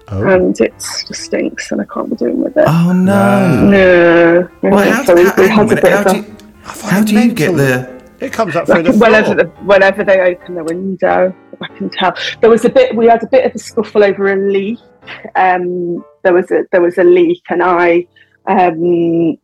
Speaker 1: Oh.
Speaker 3: and it just stinks, and I can't be doing with it.
Speaker 2: Oh no!
Speaker 3: No,
Speaker 2: Well,
Speaker 3: Yeah,
Speaker 2: how,
Speaker 3: so we,
Speaker 2: how,
Speaker 3: we
Speaker 2: hang on
Speaker 3: had
Speaker 2: a minute,
Speaker 3: a bit
Speaker 2: how
Speaker 3: of
Speaker 2: do
Speaker 3: a,
Speaker 2: you, how do you get the?
Speaker 1: It comes up
Speaker 3: I
Speaker 1: through the
Speaker 3: can-
Speaker 1: floor.
Speaker 3: whenever the, whenever they open the window, I can tell there was a bit. We had a bit of a scuffle over a leak. Um, there was a there was a leak, and I um,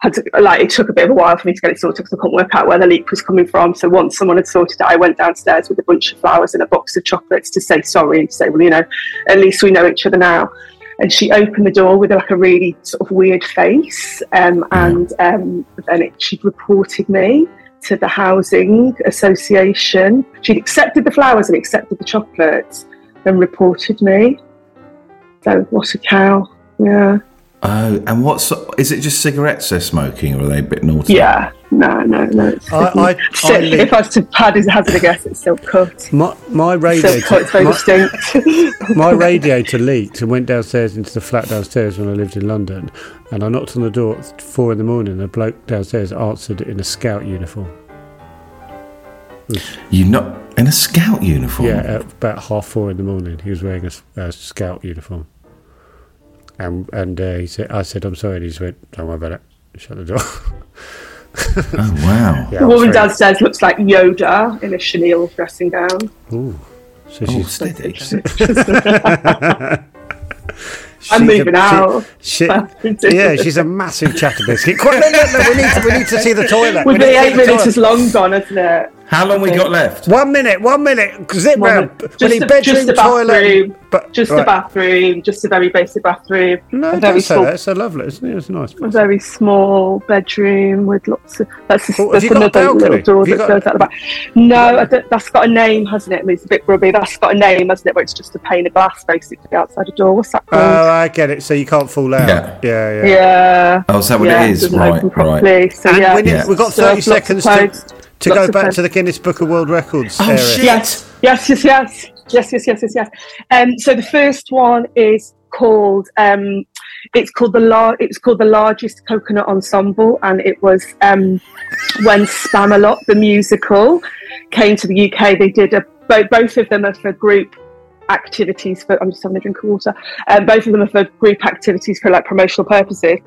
Speaker 3: had to, like it took a bit of a while for me to get it sorted because I couldn't work out where the leak was coming from. So once someone had sorted it, I went downstairs with a bunch of flowers and a box of chocolates to say sorry and to say, well, you know, at least we know each other now. And she opened the door with like a really sort of weird face, um, and um, then it, she reported me to the housing association. She'd accepted the flowers and accepted the chocolates and reported me. So what a cow. Yeah.
Speaker 2: Oh, and what's is it? Just cigarettes they're smoking, or are they a bit naughty?
Speaker 3: Yeah. No, no, no. It's
Speaker 1: I- I-
Speaker 3: so
Speaker 1: I
Speaker 3: if I was to pad his hazard a guess, it's still cut.
Speaker 1: My, my
Speaker 3: Still cut, it's very
Speaker 1: radiator,
Speaker 3: distinct.
Speaker 1: my, my radiator leaked and went downstairs into the flat downstairs when I lived in London. And I knocked on the door at four in the morning. And a bloke downstairs answered in a scout uniform.
Speaker 2: You're not in a scout uniform.
Speaker 1: Yeah, uh, at about half four in the morning, he was wearing a, s- a scout uniform. And and uh, he said, "I said I'm sorry." And he just went, "Don't worry about it. Shut the door."
Speaker 2: Oh wow.
Speaker 1: yeah,
Speaker 3: the
Speaker 1: I'm
Speaker 3: woman
Speaker 1: sorry.
Speaker 3: downstairs looks like Yoda in a chenille dressing gown.
Speaker 1: Ooh. So
Speaker 2: Oh,
Speaker 1: she's,
Speaker 2: steady.
Speaker 3: I'm
Speaker 1: she's a-
Speaker 3: moving out.
Speaker 1: She,
Speaker 3: Bastard.
Speaker 1: she, yeah, she's a massive chatterbiscuit. Quick, no, no, no, we need to, we need to see the toilet. We need
Speaker 3: With the
Speaker 1: to see
Speaker 3: eight
Speaker 1: the
Speaker 3: minutes
Speaker 1: toilet.
Speaker 3: is long gone, isn't it?
Speaker 2: How long we got left?
Speaker 1: One minute, one minute. Zip
Speaker 3: One
Speaker 1: round.
Speaker 3: minute.
Speaker 1: We
Speaker 3: Just
Speaker 1: need
Speaker 3: the-
Speaker 1: bedroom,
Speaker 3: just the
Speaker 1: toilet.
Speaker 3: bathroom.
Speaker 1: But,
Speaker 3: Just
Speaker 1: right.
Speaker 3: a bathroom, just a very basic bathroom.
Speaker 1: No,
Speaker 3: a
Speaker 1: don't
Speaker 3: very
Speaker 1: say
Speaker 3: small,
Speaker 1: that. It's a lovely, isn't it? It's a nice.
Speaker 3: a very small bedroom with lots of. That's, just,
Speaker 1: Oh, have
Speaker 3: that's
Speaker 1: you got a
Speaker 3: another
Speaker 1: balcony?
Speaker 3: little door
Speaker 1: Have you
Speaker 3: that
Speaker 1: got-
Speaker 3: goes out the back. No, I don't, that's got a name, hasn't it? I mean, it's a bit grubby. That's got a name, hasn't it? Where it's just a pane of glass basically outside a door. What's that
Speaker 1: Oh,
Speaker 3: called?
Speaker 1: I get it. So you can't fall out.
Speaker 2: Yeah.
Speaker 1: yeah. yeah.
Speaker 3: yeah.
Speaker 2: Oh, is that what
Speaker 3: yeah,
Speaker 2: it is?
Speaker 3: doesn't
Speaker 2: Right,
Speaker 3: open
Speaker 2: right.
Speaker 3: properly, So,
Speaker 1: And
Speaker 3: yeah.
Speaker 1: we need,
Speaker 2: Yeah.
Speaker 1: we've got
Speaker 3: So
Speaker 1: 30
Speaker 3: lots of
Speaker 1: seconds
Speaker 3: clothes,
Speaker 1: to, to
Speaker 3: lots
Speaker 1: go
Speaker 3: of
Speaker 1: back
Speaker 3: clothes.
Speaker 1: to the Guinness Book of World Records
Speaker 2: Oh
Speaker 1: area.
Speaker 2: shit!
Speaker 3: Yes, yes, yes, yes, yes, yes, yes, yes, yes. Um, so the first one is called um, it's called the lar- it's called the largest coconut ensemble, and it was um, when Spamalot the musical came to the UK. They did a both both of them are for group activities. For I'm just having a drink of water. Um, both of them are for group activities for like promotional purposes.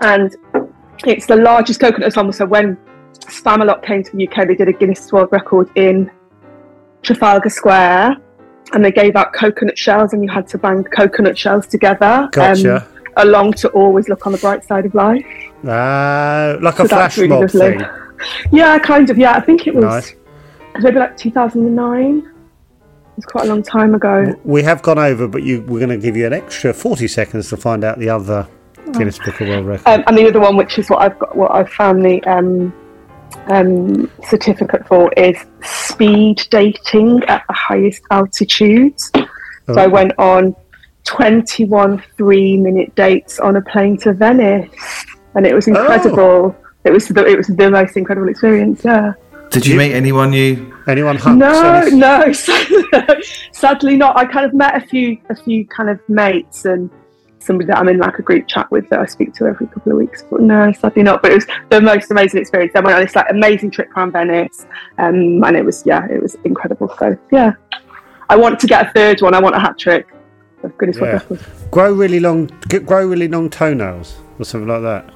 Speaker 3: And it's the largest coconut summer. So when Spamalot came to the UK, they did a Guinness World Record in Trafalgar Square, and they gave out coconut shells, and you had to bang coconut shells together. um,
Speaker 1: Gotcha.
Speaker 3: along to always look on the bright side of life.
Speaker 1: Ah, like a
Speaker 3: So that's
Speaker 1: flash
Speaker 3: really
Speaker 1: mob
Speaker 3: lovely.
Speaker 1: thing.
Speaker 3: Yeah, kind of. Yeah, I think it was
Speaker 1: Nice.
Speaker 3: maybe like 2009. It's quite a long time ago.
Speaker 1: We have gone over, but you, we're going to give you an extra 40 seconds to find out the other Guinness Book of World Record.
Speaker 3: Um, and the other one, which is what I've got, what I've found the um, um, certificate for, is speed dating at the highest altitudes. So I went on 21 three-minute dates on a plane to Venice, and it was incredible. It was the, it was the most incredible experience. Yeah.
Speaker 2: Did you meet anyone you?
Speaker 1: Anyone hunks?
Speaker 3: No,
Speaker 1: Any-
Speaker 3: no, sadly not. I kind of met a few, a few kind of mates and somebody that I'm in like a group chat with that I speak to every couple of weeks. But no, sadly not. But it was the most amazing experience. I went on this like amazing trip around Venice, um, and it was yeah, it was incredible. So yeah, I want to get a third one. I want a hat trick. Of goodness,
Speaker 1: Yeah.
Speaker 3: what record?
Speaker 1: Grow really long, g- grow really long toenails or something like that.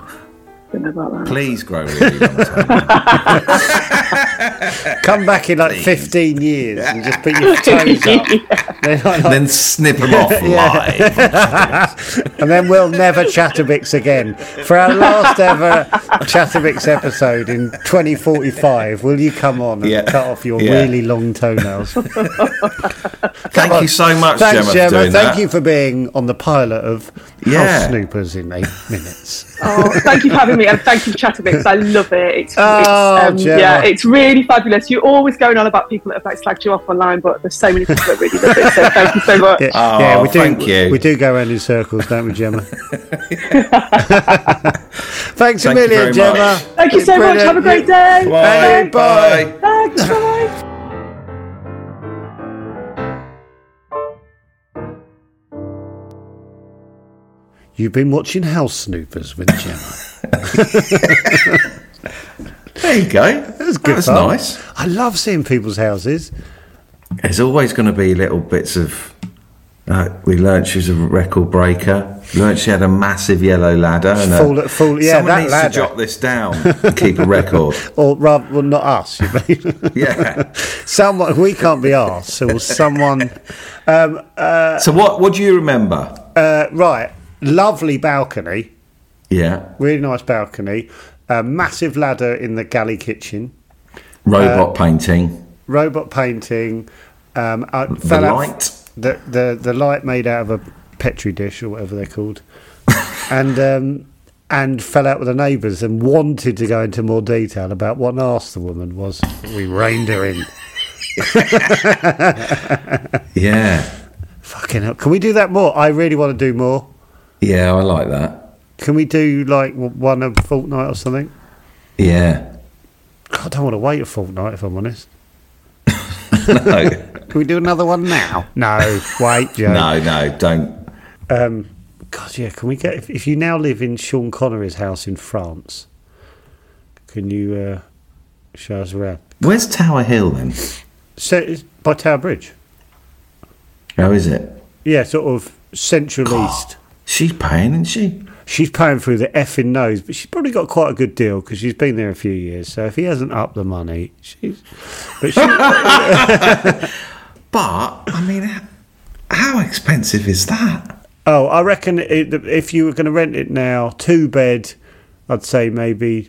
Speaker 3: Don't know about that.
Speaker 2: Please grow really long time.
Speaker 1: Come back in like 15 years and just put your toes up. They're like-
Speaker 2: and then snip them off live.
Speaker 1: and then we'll never Chatterbix again. For our last ever Chatterbix episode in 2045, will you come on and
Speaker 2: Yeah.
Speaker 1: cut off your
Speaker 2: Yeah.
Speaker 1: really long toenails?
Speaker 2: Thank you so much,
Speaker 1: Thanks,
Speaker 2: Gemma,
Speaker 1: Gemma.
Speaker 2: for
Speaker 1: Thank
Speaker 2: doing that.
Speaker 1: you for being on the pilot of
Speaker 2: Yeah.
Speaker 1: House Snoopers in eight minutes.
Speaker 3: Oh, thank you for having me, and thank you, Chatterbix. I love it. It's,
Speaker 1: Oh,
Speaker 3: it's
Speaker 1: Gemma.
Speaker 3: yeah, it's really fabulous. You're always going on about people that have like slagged you off online, but there's so many people that really love it. So thank you so much.
Speaker 1: Yeah,
Speaker 2: Oh,
Speaker 1: yeah, we do.
Speaker 2: thank you.
Speaker 1: We do go around in circles, don't we, Gemma? Thanks a
Speaker 2: Thank you
Speaker 1: million,
Speaker 2: very
Speaker 1: Gemma.
Speaker 2: much.
Speaker 3: Thank you
Speaker 1: It's
Speaker 3: so much.
Speaker 1: brilliant.
Speaker 3: Have a great day.
Speaker 1: Thank
Speaker 2: Bye.
Speaker 1: you, bye.
Speaker 2: Bye.
Speaker 3: Thanks. Bye.
Speaker 1: You've been watching House Snoopers with Gemma.
Speaker 2: There you go. That was
Speaker 1: good fun.
Speaker 2: nice.
Speaker 1: I love seeing people's houses.
Speaker 2: There's always going to be little bits of. Uh, we learnt she was a record breaker. Learnt she had a massive yellow ladder. And a-
Speaker 1: Full- full- yeah,
Speaker 2: Someone
Speaker 1: that
Speaker 2: needs
Speaker 1: ladder.
Speaker 2: to jot this down and keep a record.
Speaker 1: Or rather, well, not us. You mean?
Speaker 2: Yeah.
Speaker 1: someone we can't be asked. So someone,
Speaker 2: so what? What do you remember?
Speaker 1: uh, right? Lovely balcony,
Speaker 2: Yeah.
Speaker 1: really nice balcony. A massive ladder in the galley kitchen. Uh,
Speaker 2: Robot painting.
Speaker 1: Robot painting. Um, I
Speaker 2: The
Speaker 1: fell out-
Speaker 2: light.
Speaker 1: the, the the light made out of a petri dish or whatever they're called, and um, and fell out with the neighbours and wanted to go into more detail about what an arse the woman was. We reined her in.
Speaker 2: Yeah.
Speaker 1: Fucking hell! Can we do that more? I really want to do more.
Speaker 2: Yeah, I like that.
Speaker 1: Can we do like w- one a fortnight or something?
Speaker 2: Yeah.
Speaker 1: God, I don't want to wait a fortnight if I'm honest.
Speaker 2: No.
Speaker 1: Can we do another one now? No, wait, Joe.
Speaker 2: no. No. Don't.
Speaker 1: Um, God, yeah. Can we get if, if you now live in Sean Connery's house in France? Can you uh, show us around?
Speaker 2: Where's Tower Hill then?
Speaker 1: So it's by Tower Bridge.
Speaker 2: How is it?
Speaker 1: Yeah, sort of central east.
Speaker 2: She's paying, isn't she?
Speaker 1: She's paying through the effing nose, but she's probably got quite a good deal because she's been there a few years. So if he hasn't upped the money, she's. But she,
Speaker 2: But I mean, h- how expensive is that?
Speaker 1: oh, I reckon it, if you were going to rent it now, two bed, I'd say maybe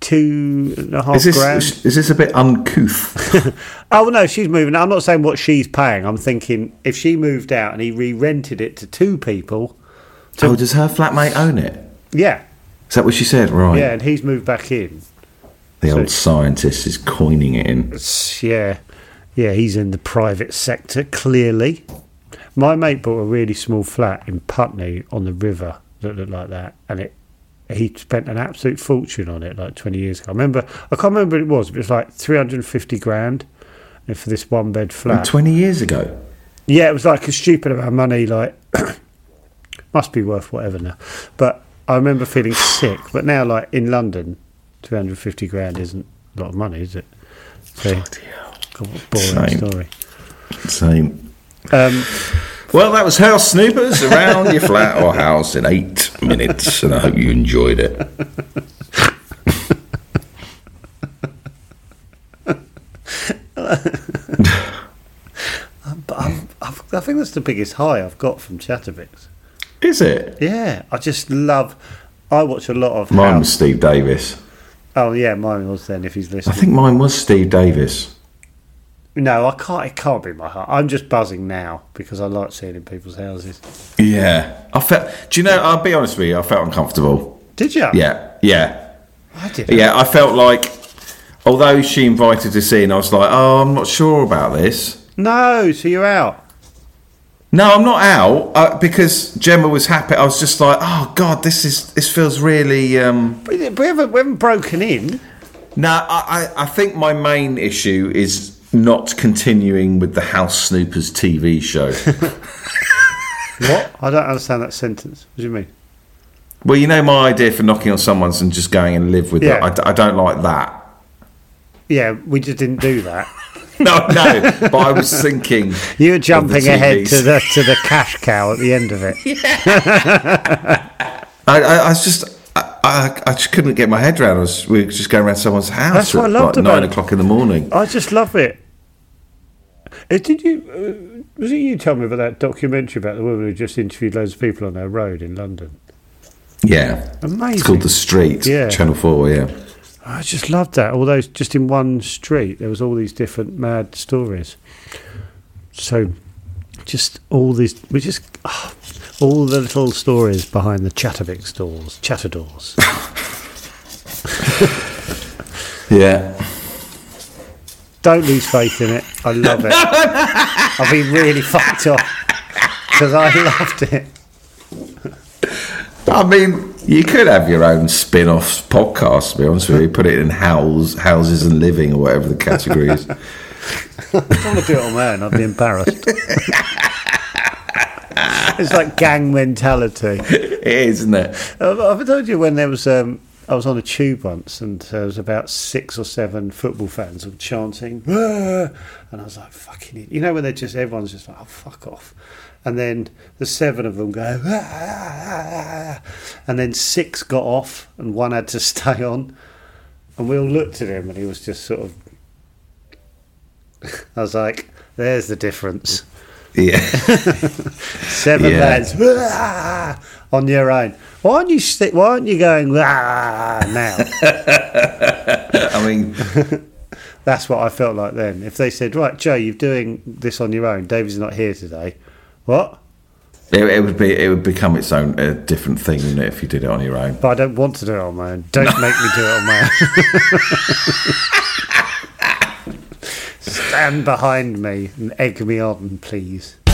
Speaker 1: two and a half
Speaker 2: Is
Speaker 1: grand.
Speaker 2: this is this a bit uncouth?
Speaker 1: Oh no, she's moving. I'm not saying what she's paying. I'm thinking if she moved out and he re-rented it to two people,
Speaker 2: oh, does her flatmate own it?
Speaker 1: yeah,
Speaker 2: Is that what she said? Right.
Speaker 1: yeah, and he's moved back in.
Speaker 2: The old scientist is coining it in.
Speaker 1: It's- Yeah, yeah, he's in the private sector clearly. My mate bought a really small flat in Putney on the river that looked like that, and it he spent an absolute fortune on it like 20 years ago. I remember, I can't remember what it was, but it was like 350 grand for this one bed flat.
Speaker 2: Twenty years ago.
Speaker 1: Yeah, it was like a stupid amount of money. Like, must be worth whatever now. But I remember feeling sick. But now, like in London, two hundred fifty grand isn't a lot of money, is it? So, Boring
Speaker 2: Same.
Speaker 1: story.
Speaker 2: Same.
Speaker 1: Um,
Speaker 2: Well, that was House Snoopers around your flat or house in eight minutes, and I hope you enjoyed it.
Speaker 1: Um, but I'm, I've, I think that's the biggest high I've got from Chatterbox.
Speaker 2: Is it?
Speaker 1: Yeah, I just love. I watch a lot of.
Speaker 2: Mine was
Speaker 1: House-
Speaker 2: Steve Davis.
Speaker 1: Oh yeah, mine was then. If he's
Speaker 2: I
Speaker 1: listening,
Speaker 2: think mine was Steve Davis.
Speaker 1: no, I can't. It can't be my heart. I'm just buzzing now because I like seeing in people's houses.
Speaker 2: Yeah. I felt. Do you know? I'll be honest with you. I felt uncomfortable.
Speaker 1: Did you?
Speaker 2: Yeah. Yeah.
Speaker 1: I did.
Speaker 2: Yeah. I felt like, although she invited us in, I was like, oh, I'm not sure about this.
Speaker 1: No, so you're out.
Speaker 2: No, I'm not out uh, because Gemma was happy. I was just like, oh god, this is this feels really. Um...
Speaker 1: We, we haven't we haven't broken in.
Speaker 2: No, I, I I think my main issue is not continuing with the House Snoopers TV show.
Speaker 1: What? I don't understand that sentence. What do you mean?
Speaker 2: well, you know my idea for knocking on someone's and just going and live with
Speaker 1: Yeah.
Speaker 2: it. I, d- I don't like that.
Speaker 1: Yeah, we just didn't do that.
Speaker 2: No, no. but I was thinking
Speaker 1: You were
Speaker 2: of the
Speaker 1: jumping ahead to
Speaker 2: TVs.
Speaker 1: the to the cash cow at the end of it.
Speaker 2: I, I, I was just. I, I, I just couldn't get my head around. I was, we were just going around someone's house
Speaker 1: That's
Speaker 2: at
Speaker 1: what I loved
Speaker 2: like
Speaker 1: about
Speaker 2: nine
Speaker 1: it.
Speaker 2: o'clock in the morning.
Speaker 1: I just love it. Uh, Did you? Uh, was it you told me about that documentary about the woman who just interviewed loads of people on her road in London?
Speaker 2: Yeah,
Speaker 1: Amazing.
Speaker 2: It's called the Street.
Speaker 1: Yeah.
Speaker 2: Channel Four. Yeah.
Speaker 1: I just loved that. All those just in one street, there was all these different mad stories. So, just all these, we just ah, all the little stories behind the Chattervix doors, Chatterdors.
Speaker 2: Yeah.
Speaker 1: Don't lose faith in it. I love it. I've been really fucked up because I loved it.
Speaker 2: I mean, you could have your own spin-off podcast. To be honest with you, put it in house, houses and living, or whatever the category is.
Speaker 1: I don't want to do it on my own. I'd be embarrassed. it's like gang mentality.
Speaker 2: it is, isn't it?
Speaker 1: I've, I've told you when there was um, I was on a tube once and there was about six or seven football fans all chanting, "Ah!" and I was like, "Fucking!" Idiot. You know when they're just everyone's just like, "Oh, fuck off," and then the seven of them go, "Ah!" and then six got off and one had to stay on, and we all looked at him and he was just sort of. I was like, "There's the difference."
Speaker 2: Yeah.
Speaker 1: Seven
Speaker 2: Yeah.
Speaker 1: lads "Wah!" on your own. Why aren't you sti- Why aren't you going "Wah!" now?
Speaker 2: I mean,
Speaker 1: That's what I felt like then. If they said, "Right, Joe, you're doing this on your own. David's not here today." What?
Speaker 2: it, it would be it would become its own a different thing, wouldn't it, if you did it on your own?
Speaker 1: But I don't want to do it on my own. Don't make me do it on my own. Stand behind me and egg me on, please.